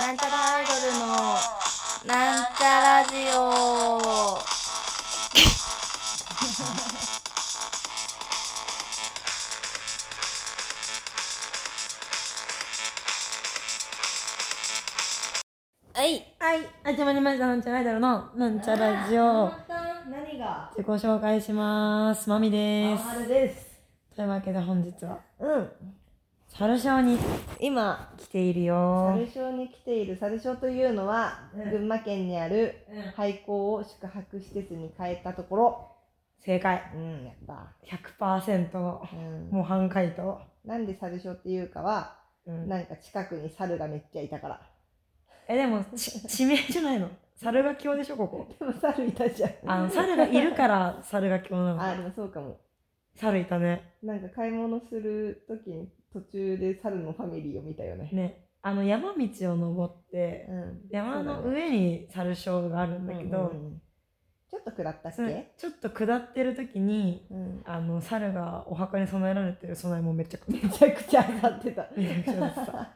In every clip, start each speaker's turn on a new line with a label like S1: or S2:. S1: なんちゃらアイドルのなんちゃラジオ はい
S2: はい、始まりました。なんちゃらアイドルのなんちゃラジオ。
S1: 何が
S2: 自己紹介します。まみです。
S1: あるです
S2: というわけで本日は、
S1: うん
S2: 猿ショーに
S1: 今
S2: 来ているよ
S3: 猿。小に来ている猿小というのは、
S2: うん
S3: 群馬県にある
S2: うん
S3: 廃校を宿泊施設に変えたところ
S2: 正解。
S3: うんやった、
S2: 100%
S3: うん
S2: 模範解答。
S3: なんで猿小っていうかは
S2: うん
S3: なんか近くに猿がめっちゃいたから
S2: え、でも、ち地名じゃないの。猿が京でしょ、ここ。
S3: でも猿いたじゃん
S2: あの、猿がいるから猿が京な
S3: あ
S2: の。
S3: でもそうかも
S2: 猿いたね。
S3: なんか買い物する時に途中で猿のファミリーを見たよね
S2: ね。あの、山道を登って、
S3: うん
S2: 山
S3: そ
S2: の
S3: うだね
S2: 上に猿ショーがあるんだけど、
S3: うんうんうんちょっと食らったっ
S2: その
S3: け
S2: ちょっと下ってる時に、
S3: うん
S2: あの猿がお墓に備えられてる備えもめちゃくちゃ
S3: めちゃくちゃ上がってた
S2: めちゃくちゃだった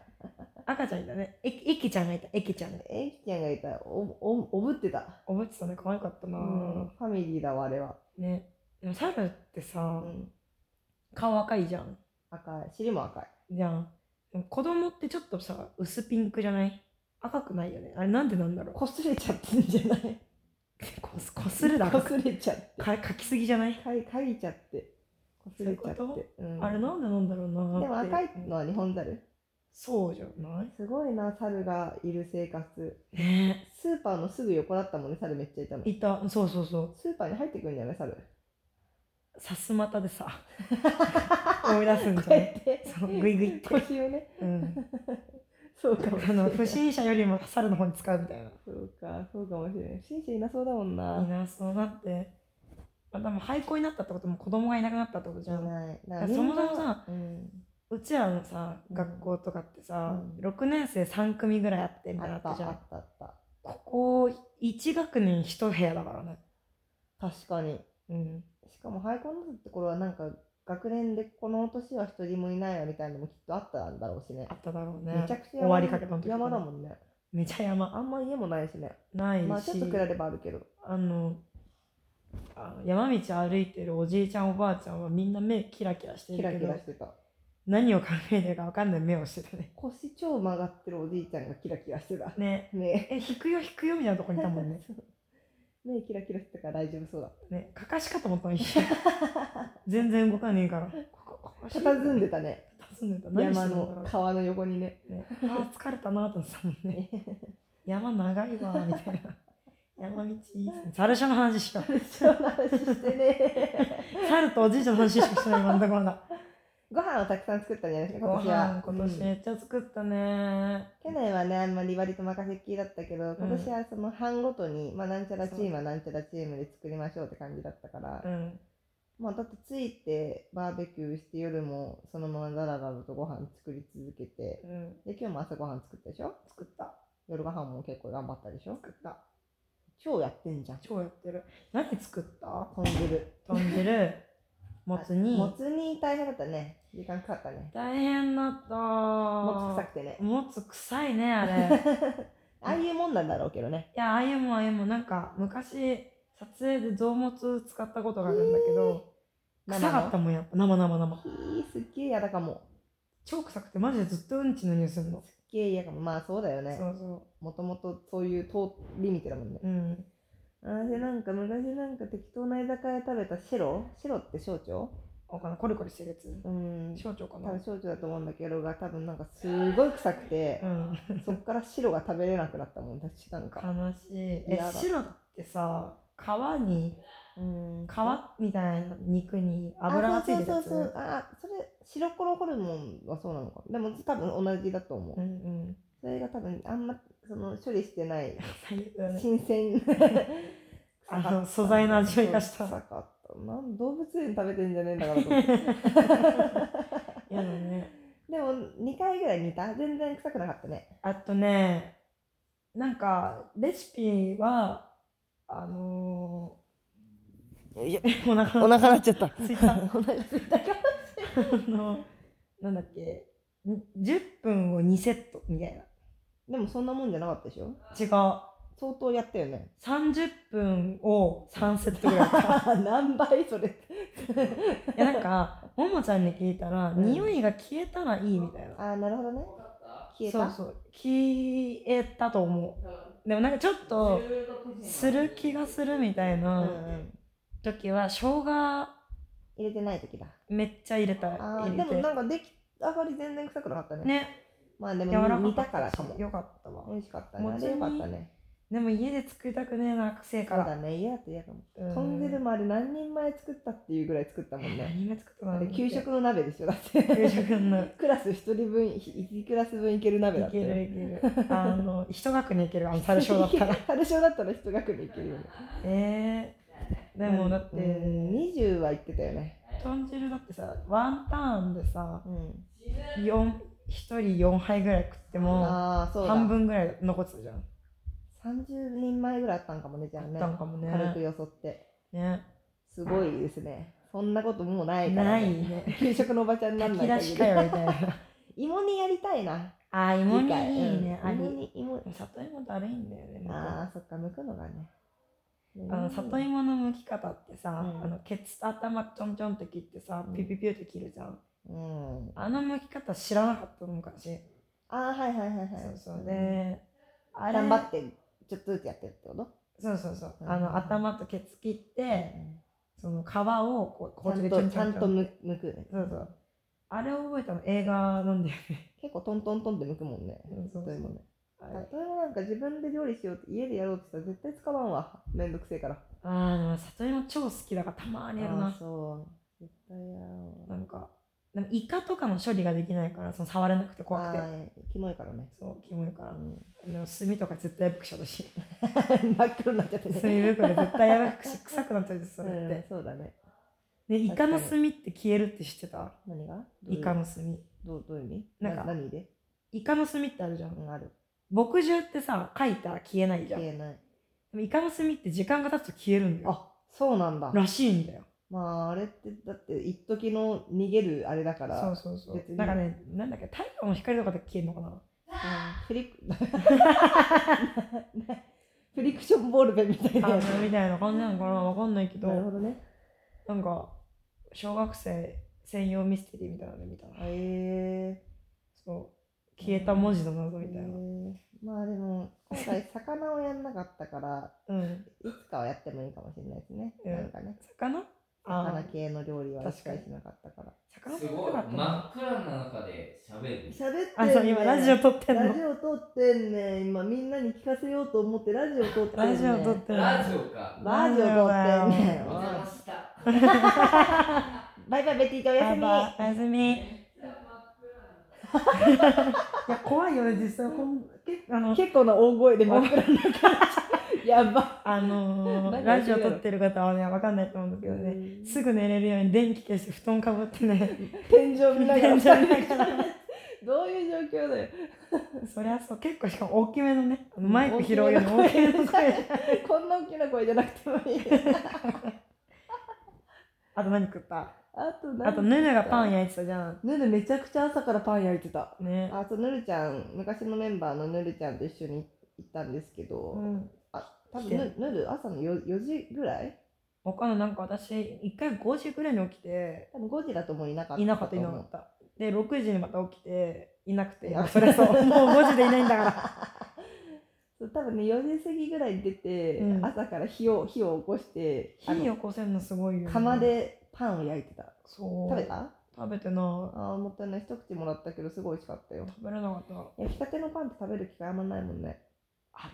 S2: 赤ちゃんいたねえいきちゃんがいたえきちゃんで
S3: えきちゃんがいたおおおぶってた
S2: 覚えてたね可愛かったな、
S3: うんファミリーだわあれは、
S2: ねでも猿って
S3: う
S2: さ、
S3: ん、
S2: 顔赤いじゃん
S3: 赤い尻も赤い
S2: じゃんでも子供ってちょっとさ薄ピンクじゃない赤くないよねあれなんでなんだろうこ
S3: こすれちゃってんじゃない
S2: こすこするだ
S3: こ
S2: ろ
S3: すれちゃって
S2: かかきすぎじゃない、
S3: かいかいちゃってこすれちゃって
S2: そういうこ
S3: うん
S2: あれなんでなんだろうな
S3: でも
S2: って
S3: 赤いのは日本猿
S2: そうじゃない
S3: すごいな猿がいる生活
S2: ね
S3: スーパーのすぐ横だったもんね猿めっちゃいたの
S2: いたそうそうそう
S3: スーパーに入ってくるんじゃな い猿
S2: さすまたでさ思い出すんじ
S3: こ
S2: ゃな
S3: うや
S2: い
S3: って
S2: そうグイグイって
S3: 腰をね
S2: うん、
S3: そうかもし
S2: あ
S3: れな
S2: の
S3: い
S2: 不審者よりも猿の方に使うみたいな。
S3: そうかそうかもしれない不審者いなそうだもんない
S2: いなそうだって、まあ、でも廃校になったってことも子供がいなくなったってことじゃ
S3: い
S2: ん。
S3: ないだ
S2: いやそもそもさ、
S3: うん、
S2: うちらのさ
S3: うん
S2: 学校とかってさ、
S3: うん
S2: 6年生3組ぐらいあってみたいな
S3: あ
S2: のあ
S3: っ
S2: った
S3: たあっ
S2: じゃん。
S3: たあった
S2: ここ1学年1部屋だからね。
S3: 確かに
S2: うん、
S3: しかも廃校になったところはなんか学年でこの年は一人もいないわみたいなのもきっとあったんだろうしね
S2: あ。っただろうね。
S3: めちゃくち
S2: 終
S3: ゃ
S2: わりかけた時とかね
S3: 山だもんね。
S2: めちゃ山
S3: あんま家もないしね。
S2: ないし、
S3: まあちょっとくらればあるけど。
S2: あのあの山道歩いてるおじいちゃんおばあちゃんはみんな目キラキラしてる
S3: キ
S2: けど
S3: ラキラしてた。
S2: 何を考えてるか分かんない目をしてたね。
S3: 腰超曲がってるおじいちゃんがキラキラしてた。
S2: ね
S3: ね
S2: え引くよ引くよみたいなとこにいたもん ね
S3: そう目キラキラしてたから大丈夫そうだ。
S2: ねかかしかと思ったのに全然動かねえからここここ
S3: 佇んでたね。
S2: 佇んでた何して
S3: 山
S2: んだろ
S3: の川の横にね。
S2: う、ね、あー疲れたなと思ってたもんね山長いわみたいな山道いいっすね猿車の話しよう
S3: その話してね。
S2: 猿とおじいちゃんの話しかしてない今のと ころだ
S3: ご飯をたくさん作ったんじゃないですか、
S2: ご
S3: 今年は
S2: 飯。今年
S3: うん
S2: めっちゃ作ったね
S3: 去年はねあんまり割と任せっきりだったけど
S2: うん
S3: 今年はその班ごとに、まあ、なんちゃらチームはなんちゃらチームで作りましょうって感じだったから
S2: う、ん
S3: まあだってついてバーベキューして夜もそのままダラダラとご飯作り続けて
S2: うん
S3: で今日も朝ご飯作ったでしょ
S2: 作った
S3: 夜ご飯も結構頑張ったでしょ
S2: 作った
S3: 超やってんじゃん
S2: 超やってる何作った
S3: 豚汁
S2: 豚 汁もつ煮
S3: もつ煮大変だったね時間かかったね
S2: 大変だった
S3: もつ臭
S2: も
S3: くてね
S2: つ臭いねあれい
S3: ああいうもんなんだろうけどね
S2: やああいうもんああいうもんなんか昔撮影で臓物使ったことがあるんだけど、
S3: 生の
S2: 臭かったもんやっぱ生生生
S3: ひーすっげえ嫌だかも
S2: 超臭くてマジでずっとうんちの匂いするの、
S3: すっげえ嫌かもまあそうだよね
S2: そうそ
S3: もともとそういう通り道だもんね
S2: ううん
S3: 私なんか昔なんか適当な居酒屋で食べたシロシロって小腸
S2: わかんないコリコリしてるやつ
S3: うん
S2: 小腸か
S3: 多
S2: な
S3: 分小腸だと思うんだけどが多分なんかすごい臭くて
S2: う、ん
S3: そっから白が食べれなくなったもん私なんか
S2: 悲しいえ
S3: 嫌だ
S2: 白ってさ皮に
S3: うん
S2: 皮みたいな肉に
S3: あ
S2: 油がついてる
S3: そ
S2: や
S3: う
S2: つ
S3: そうそうそうあそれ白黒ホルモンはそうなのかでも多分同じだと思う、
S2: うんうん
S3: それが多分あんまその処理してない
S2: 最悪だね
S3: 新鮮
S2: あの素材の味を生かした
S3: 臭かったなん動物園食べてんじゃねえんだからと 思って
S2: 嫌だね
S3: でも2回ぐらい煮た全然臭くなかったね
S2: あとね、なんか、レシピは、あのー、お腹、
S3: 腹なっちゃった
S2: すいた。あ
S3: お腹すい たか
S2: の、なんだっけ、ん10分を2セットみたいな。
S3: でもそんなもんじゃなかったでしょ
S2: 違う。
S3: 相当やった よね
S2: 30分を3セットぐ らいやった。
S3: 何倍それ
S2: いやなんか、ももちゃんに聞いたら、
S3: ん
S2: 匂いが消えたらいいみたいな。
S3: ああなるほどね消えた
S2: そうそう。消えたと思う。でもなんかちょっと、する気がするみたい
S3: うんう、
S2: なん時は、生姜
S3: 入れてない時だ
S2: めっちゃ入れたい。
S3: あー
S2: 入
S3: で
S2: れ
S3: も
S2: て
S3: なんか出来上がり全然臭くなかったね
S2: ね、
S3: まあで
S2: 柔らか
S3: も煮
S2: か
S3: た
S2: った
S3: からかも
S2: よかったわ。
S3: 美味しかったね
S2: も
S3: あ
S2: つ煮
S3: れよかったね
S2: でも家で作りたくねえな、癖
S3: そ
S2: か
S3: う
S2: ら。
S3: だね嫌だと嫌かも
S2: うん
S3: とんでるもあれ何人前作ったっていうぐらい作ったもんね
S2: 何が作った
S3: あ
S2: の
S3: れ給食の鍋でしょだって
S2: 給食の
S3: クラス1人分1クラス分いける鍋だ
S2: い
S3: った
S2: け
S3: よ
S2: るいける。 あの、一学年いける、あの、猿小だったら。
S3: 春小だったら1学年いけるよね
S2: えー、でもだって、
S3: うん20は行ってたよね
S2: 豚汁だってさ、ワンターンでさ、
S3: うん
S2: 四一人4杯ぐらい食っても、
S3: ああそうだ
S2: 半分ぐらい残ってたじゃん。
S3: 30人前ぐらいあったんかもねじゃあ
S2: あっ
S3: ね
S2: たんかもね。
S3: 軽くよそって
S2: ね。
S3: すごいですねそんなこともうないから
S2: な
S3: ね
S2: いね。
S3: 給食のおばちゃんに なん
S2: 炊
S3: な
S2: き
S3: い
S2: 出し
S3: 限り
S2: かよみたいな。
S3: 芋煮やりたいな
S2: あー、芋煮いいね。
S3: 次
S2: あ
S3: 回
S2: り
S3: うん芋煮芋煮
S2: 里芋だるいんだよね。
S3: ああそっか剥くのがね
S2: あの里芋の剥き方ってさ、
S3: うん
S2: あのケツと頭ちょんちょんって切ってさ、
S3: うん
S2: ピュピュピュって切るじゃん。
S3: うん
S2: あの剥き方知らなかったの昔。
S3: ああはいはいはいはい
S2: そうそうで、あれ
S3: 頑張ってちょっとずつやってるってこと
S2: そうそうそう、
S3: うん
S2: あの頭とケツ切って、その皮をこう包丁
S3: ちゃ
S2: で
S3: ん
S2: ちょ
S3: と
S2: んち
S3: ちゃ
S2: ょ
S3: ん
S2: んち
S3: と
S2: ょん
S3: むむくね
S2: そうそうあれを覚えたの映画なんだよね。
S3: 結構トントントンってむくもんね
S2: うんそうそう
S3: 里芋ね
S2: あれ
S3: 里芋なんか自分で料理しようって家でやろうって言ったら絶対使わんわ めんどくせえから
S2: あーでも里芋超好きだからたまーにやる
S3: あー
S2: な。
S3: そう絶対やろ
S2: なんかでもイカとかの処理ができないからその触れなくて
S3: う
S2: 怖
S3: あ
S2: くて。
S3: ーキモいからね
S2: そうキモいか
S3: う
S2: ら。
S3: ん
S2: でも炭とか絶対やばくしちゃうし。
S3: 真っ黒になっちゃって
S2: 炭
S3: ね
S2: 袋絶対やばくし臭くなっちゃうしそれっ
S3: うん
S2: て。
S3: そうだね
S2: でイカの炭って消えるって知ってた
S3: 何が
S2: イカの炭。
S3: どうどういう意味
S2: な
S3: なんん
S2: か
S3: か何で
S2: イカの炭ってあるじゃん
S3: う。んある
S2: 墨汁ってさ書いたら消えないじゃん
S3: 消
S2: で
S3: えない
S2: もイカの墨って時間が経つと消えるんだよ
S3: あそうなんだ
S2: らしいんだよ
S3: まああれってだって一時の逃げるあれだから
S2: そうそうそう
S3: 別に
S2: だからねなんだっけ太陽の光とかで消えるのかな
S3: うんフリク フリクションボールペンみたいな
S2: あ
S3: やつ
S2: のみたいな感じなのかなわかんないけど
S3: なるほどね
S2: なんか小学生専用ミステリーみたいなの見たな
S3: へえ
S2: そう消えた文字の謎
S3: ー
S2: みたいな、
S3: まあでも今回魚をやんなかったから
S2: うん
S3: いつかはやってもいいかもしれないですね、
S2: うん
S3: なんかね
S2: 魚あ
S3: 魚系の料理は
S2: 確
S3: 一
S2: かに
S3: 回しなかったから
S2: 魚
S4: す
S2: 食べ
S4: ごい
S2: たかったな
S4: 真っ暗な中で喋る
S3: 喋って
S2: あそう今ラジオ撮ってん
S3: ラ
S2: の
S3: ジオ撮ってんねん今みんなに聞かせようと思ってラジオ撮ってんねん
S2: ラジオ撮ってんの
S4: ラジオか
S3: ラジオ撮ってんね
S4: お
S3: ん
S4: 邪魔した
S3: バイバイベティちゃんおや
S2: や
S3: すみ
S2: ばいおやすみいや怖いよね実際こんけあ の
S3: 結構な大声で真っ暗な感じ やば
S2: あの
S3: なん
S2: ー、ラ
S3: かやって
S2: ジ
S3: み
S2: オ
S3: ろ
S2: 撮ってる方はね、わかんないと思うんだけどね、すぐ寝れるように電気消して布団かぶってね、
S3: 天井見ながら
S2: 天井見ながら
S3: どういう状況だよ
S2: そりゃそう、結構しかも大きめのね、あのマイク拾うより大きめの声。
S3: こんな大きな声じゃなくてもいい
S2: あと何食った
S3: あと何
S2: あとヌヌがパン
S3: や
S2: 焼いてたじゃん。
S3: ヌルめちゃくちゃ朝からパン焼いてた
S2: ね。
S3: あそうヌルちゃん昔のメンバーのヌルちゃんと一緒に行ったんですけど、
S2: うん。
S3: 多分
S2: 来て
S3: ヌヌル朝の 4, 4時ぐらい
S2: 他のなんか私、一回5時ぐらいに起きて、
S3: 多分5時だともういなかった
S2: いなかったい
S3: と
S2: な
S3: 思
S2: か
S3: う
S2: った。で、6時にまた起きて、いなくて、
S3: いや
S2: そりゃそう、もう5時でいないんだから。
S3: そう多分ね4時過ぎぐらいに出て、
S2: うん
S3: 朝から火を火を起こしてあ
S2: 火
S3: の
S2: をこせるのすごいよ、ね。
S3: 釜。でパンを焼いてた
S2: そう。
S3: 食べた
S2: 食べてな
S3: ああ、もったいない。一口もらったけど、すごい美味しかったよ
S2: い。。食べれなかった。
S3: 焼きたてのパンって食べる機会あんまないもんね。
S2: ある。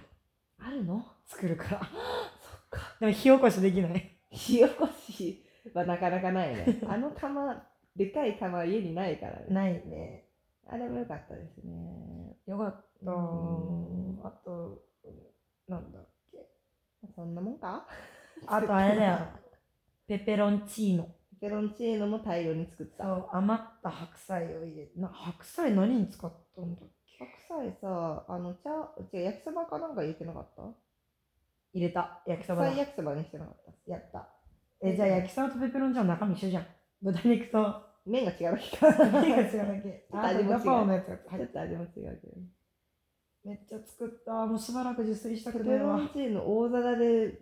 S3: あるの
S2: 作る から。
S3: そっか。
S2: でも火起こしできない。
S3: 火起こしはなかなかないね。あの釜、でかい釜家にないからね。
S2: ないね。
S3: あれも良かったですね。
S2: よかった。
S3: うん
S2: あと、なんだっけ。
S3: そんなもんか
S2: あとあれだよ。ペペロンチーノ。
S3: ペロンチーノも大量に作っ
S2: そ
S3: た。
S2: う、余った白菜を入れて。な白菜何に使ったんだっけ
S3: 白菜さ、あの、茶、違う、焼きそばかなんか入れてなかった
S2: 入れた。焼きそばだ
S3: 白菜焼きそばにしてなかった。
S2: やった。え、じゃあ焼きそばとペペロンチーノ中身一緒じゃん。豚肉と、
S3: 麺が違うだけか。
S2: 何が違うだけ。あ
S3: 味
S2: と
S3: も違う
S2: ガパオのやつが
S3: ち
S2: 入っ
S3: ょってと味も違うけどね。
S2: めっちゃ作った。もうしばらく自炊したく
S3: ペ
S2: ない
S3: ペロ
S2: わ
S3: ン。チーノ大皿で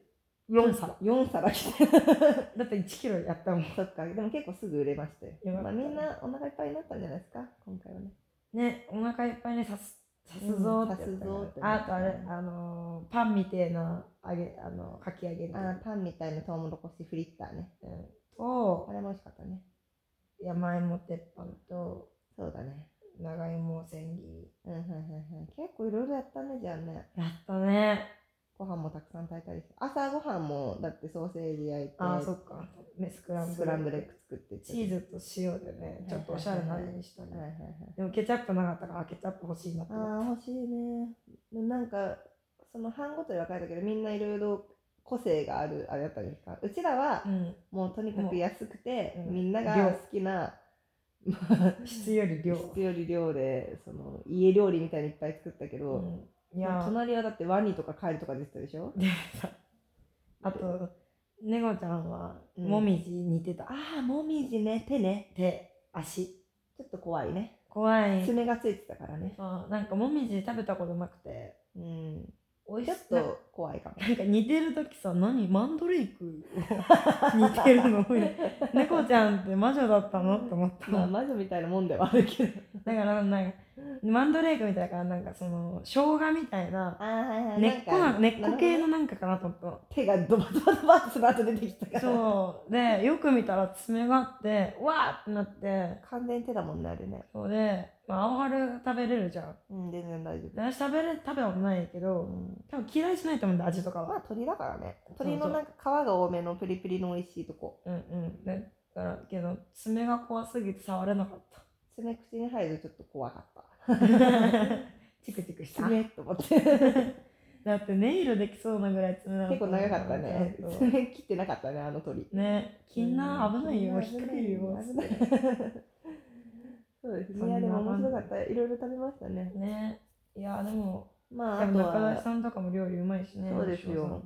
S2: 4皿。
S3: 4皿来て
S2: だって1キロやったもん。
S3: そっかでも結構すぐ売れましたよ
S2: よかった
S3: まあ、みんなお腹いっぱいになったんじゃないですか今回はね
S2: ね、お腹いっぱいね、さす、さすぞーってや
S3: う
S2: っ
S3: んさす
S2: た
S3: ぞ
S2: か
S3: ーって
S2: ら。
S3: な
S2: あ
S3: った
S2: とあれ、あのー、パンみてえな揚げ、あの、かき揚げの
S3: あーパンみたいなトウモロコシフリッターね
S2: うん
S3: あ
S2: と、
S3: れも美味しかったね
S2: 山芋鉄板と、
S3: そうだね
S2: 長芋千切り。
S3: うんうんうんうん結構いろいろやったねじゃあね
S2: やったね。
S3: ご飯もたくさん炊いたりして朝ご飯もだってソーセージ焼いて
S2: あー、そっか。ねスクランブル。
S3: スクランブルエッグ作って
S2: チーズと塩でね、ちょっとおしゃれな味にした
S3: はいはい
S2: ね。
S3: はい
S2: でもケチャップなかったからケチャップ欲しいなって思っ
S3: ああ欲しいねでなんかその班ごとに分かれたけどみんないろいろ個性があるあれだったんですかうちらは
S2: た。うん。
S3: もうとにかく安くて、
S2: もううん
S3: みんなが
S2: 量
S3: 好きな、まあ
S2: 質より 量。
S3: 質より量でその家料理みたいにいっぱい作ったけど、
S2: うんいやー
S3: 隣はだってワニとかカエルとか出てたでしょ
S2: でさあと、ネゴちゃんは、
S3: うん
S2: もみじ似てた。あ
S3: ああもみじね手ね
S2: 手、足。
S3: ちょっと怖いね
S2: 怖い。
S3: 爪がついてたからね
S2: そうなんかもみじ食べたことなくて、
S3: うん
S2: おい
S3: ちょっと怖いかも
S2: なんか似てる時さ、何マンドレイ クを 似てるの猫ちゃんって魔女だったのって思った
S3: まあ
S2: の。
S3: 魔女みたいなもんではあるけど
S2: だからなんか、マンドレイクみたいだから、なんかその、生姜みたいな、
S3: あーはいは い
S2: 根っこ
S3: な
S2: な、
S3: んか
S2: 根っこ系のな
S3: なるほどね
S2: んかかなと思っ
S3: 手がドバドバドバってその後出てきたか
S2: た。
S3: ら
S2: そう。で、よく見たら爪があって、うわーってなって、
S3: 完全に手だもんねあれね
S2: そうで、まあ、青春食べれるじゃん。
S3: うん全然大丈
S2: で私食べれ、食べたことないけ
S3: 夫、う
S2: ど、
S3: ん、
S2: 多分嫌いしないと思うんだ、味とか
S3: まあ
S2: は。
S3: 鳥だからね
S2: そうそう
S3: 鳥のなんか皮が多めのプリプリの美味しいとこ
S2: うんうん。ねだから、けど、爪が怖すぎて触れなか った。
S3: 爪口に入るとちょっと怖かった
S2: チクチクした。
S3: 爪と思って
S2: だってネイルできそうなぐらい爪長
S3: 結構長かったね
S2: そう
S3: 爪切ってなかったねあの鳥
S2: ね、きんな
S3: う
S2: 危ないよ、引っかけるよ。
S3: 危ない
S2: つって
S3: 危ない そうですねいやでも面白かったいろいろ食べましたね
S2: ね、いやでも、
S3: まあ
S2: 多
S3: あ
S2: 分
S3: とは
S2: 中田さんとかも料理うまいしね。
S3: そうですよ。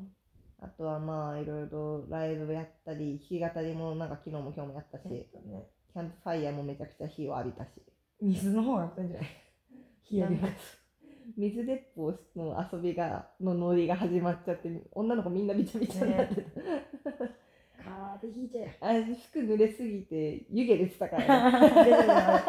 S3: あとはまあいろいろライブやったり弾き語りもなんか昨日も今日もやったし、
S2: えっとね
S3: キャンプファイヤーもめちゃくちゃ火を浴びたし
S2: 水の方が熱いんじゃない火よりも。
S3: 水鉄砲の遊びがのノリが始まっちゃって女の子みんなびちゃびちゃになってた、
S2: カーで引いちゃえ。
S3: あ服濡れすぎて湯気出てたか
S2: 出
S3: ら、ね、
S2: てるな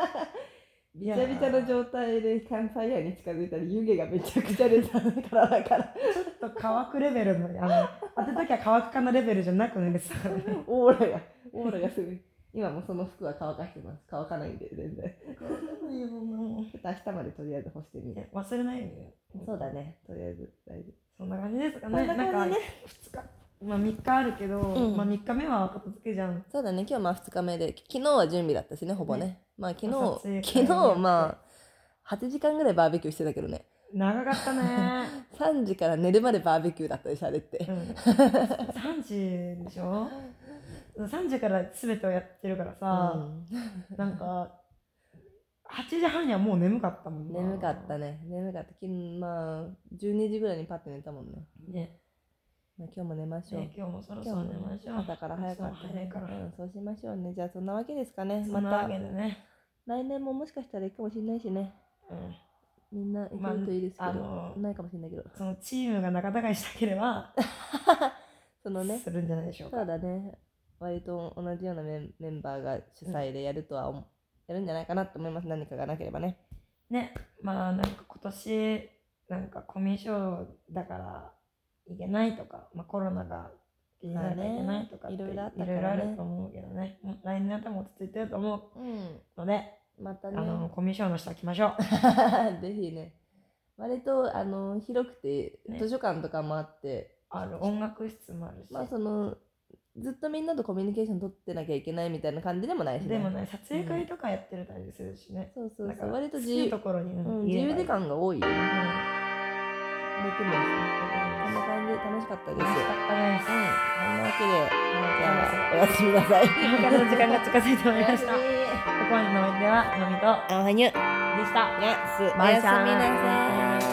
S3: びちゃびちゃの状態でキャンプファイヤーに近づいたら湯気がめちゃくちゃ出たからだから
S2: ちょっと乾くレベルの、あの、当てたきゃ乾くかなレベルじゃなく濡れてたからね。
S3: オーラがオーラがすごい今もその服は乾かしてます乾かないんで全然ちょっと明日までとりあえず干してみる
S2: ね忘れないようにね。
S3: そうだねとりあえず大丈夫
S2: そんな感じですか
S3: そ
S2: ね。
S3: んな感じね
S2: んか2日。まあ3日あるけど、
S3: うん
S2: まあ3日目は片付けじゃん。
S3: そうだね今日まあ2日目で昨日は準備だったしねほぼね
S2: ね
S3: まあ昨
S2: 朝強
S3: 日
S2: いから
S3: 昨日
S2: やっ
S3: まあ8時間ぐらいバーベキューしてたけどね
S2: 長かったね。
S3: 3時から寝るまでバーベキューだったでしょあれって
S2: うん、3時でしょ ?3 時から全てをやってるからさ、なんか、8時半にはもう眠かったもんな
S3: 眠かったね眠かった昨日まあ12時ぐらいにパッて寝たもんね、
S2: ね。
S3: まあ、今日も寝ましょう、
S2: ね今日もそろそ
S3: 今
S2: ろ
S3: 日
S2: 寝
S3: も
S2: ましょう。
S3: 朝から早かったね
S2: 朝早いから
S3: うん、そうしましょうねじゃあそんなわけですかね
S2: そ
S3: ま
S2: んなわ
S3: た
S2: けでね。
S3: 来年ももしかしたら行くかもしれないしね
S2: うん
S3: みんな行
S2: まあ
S3: けるといいですけど、
S2: あの
S3: ないかもしれないけど
S2: そのチームが仲違いしたければ、
S3: そのね
S2: するんじゃないでしょうか。
S3: そうだね。割と同じようなメンメンバーが主催でやるとは思う、やるんじゃないかなと思います。何かがなければね。
S2: ね、まあなんか今年、なんかコミュ障だからいけないとか、まあコロナが気にならいけないとかって、
S3: まあねいろいろあった
S2: い
S3: か
S2: ろ
S3: らね
S2: いろあると思うけどね、もう来年は多分落ち着いてると思
S3: うん。
S2: うので、
S3: また
S2: あ
S3: ね。
S2: の、コミュ障の人は来ましょう。
S3: ぜひね。割とあの広くて、
S2: ね
S3: 図書館とかもあって、
S2: あの、音楽室もあるし、
S3: まあその、ずっとみんなとコミュニケーション取ってなきゃいけないみたいな感じでもないしね。
S2: でもね、撮影会とかやってるたりするしね、
S3: そうそう
S2: だか
S3: そう。
S2: ら
S3: 割と
S2: 好
S3: 自
S2: き
S3: 由、
S2: なところに、
S3: うん、自
S2: 言え
S3: 由
S2: ばいい
S3: 時間が多いよね。
S2: うん
S3: できるんですねこんな感じで楽しかった
S2: 楽しかったです
S3: です。うん。そんなわけで、じゃあ
S2: は
S3: おやすみなさい。
S2: いお別れの 時間が近づいてまいりま した。こ
S3: お
S2: こまでのお相手は、のみと、
S3: はにゅ。
S2: でした。
S3: やす。おやすみな
S2: バイチャー
S3: さい。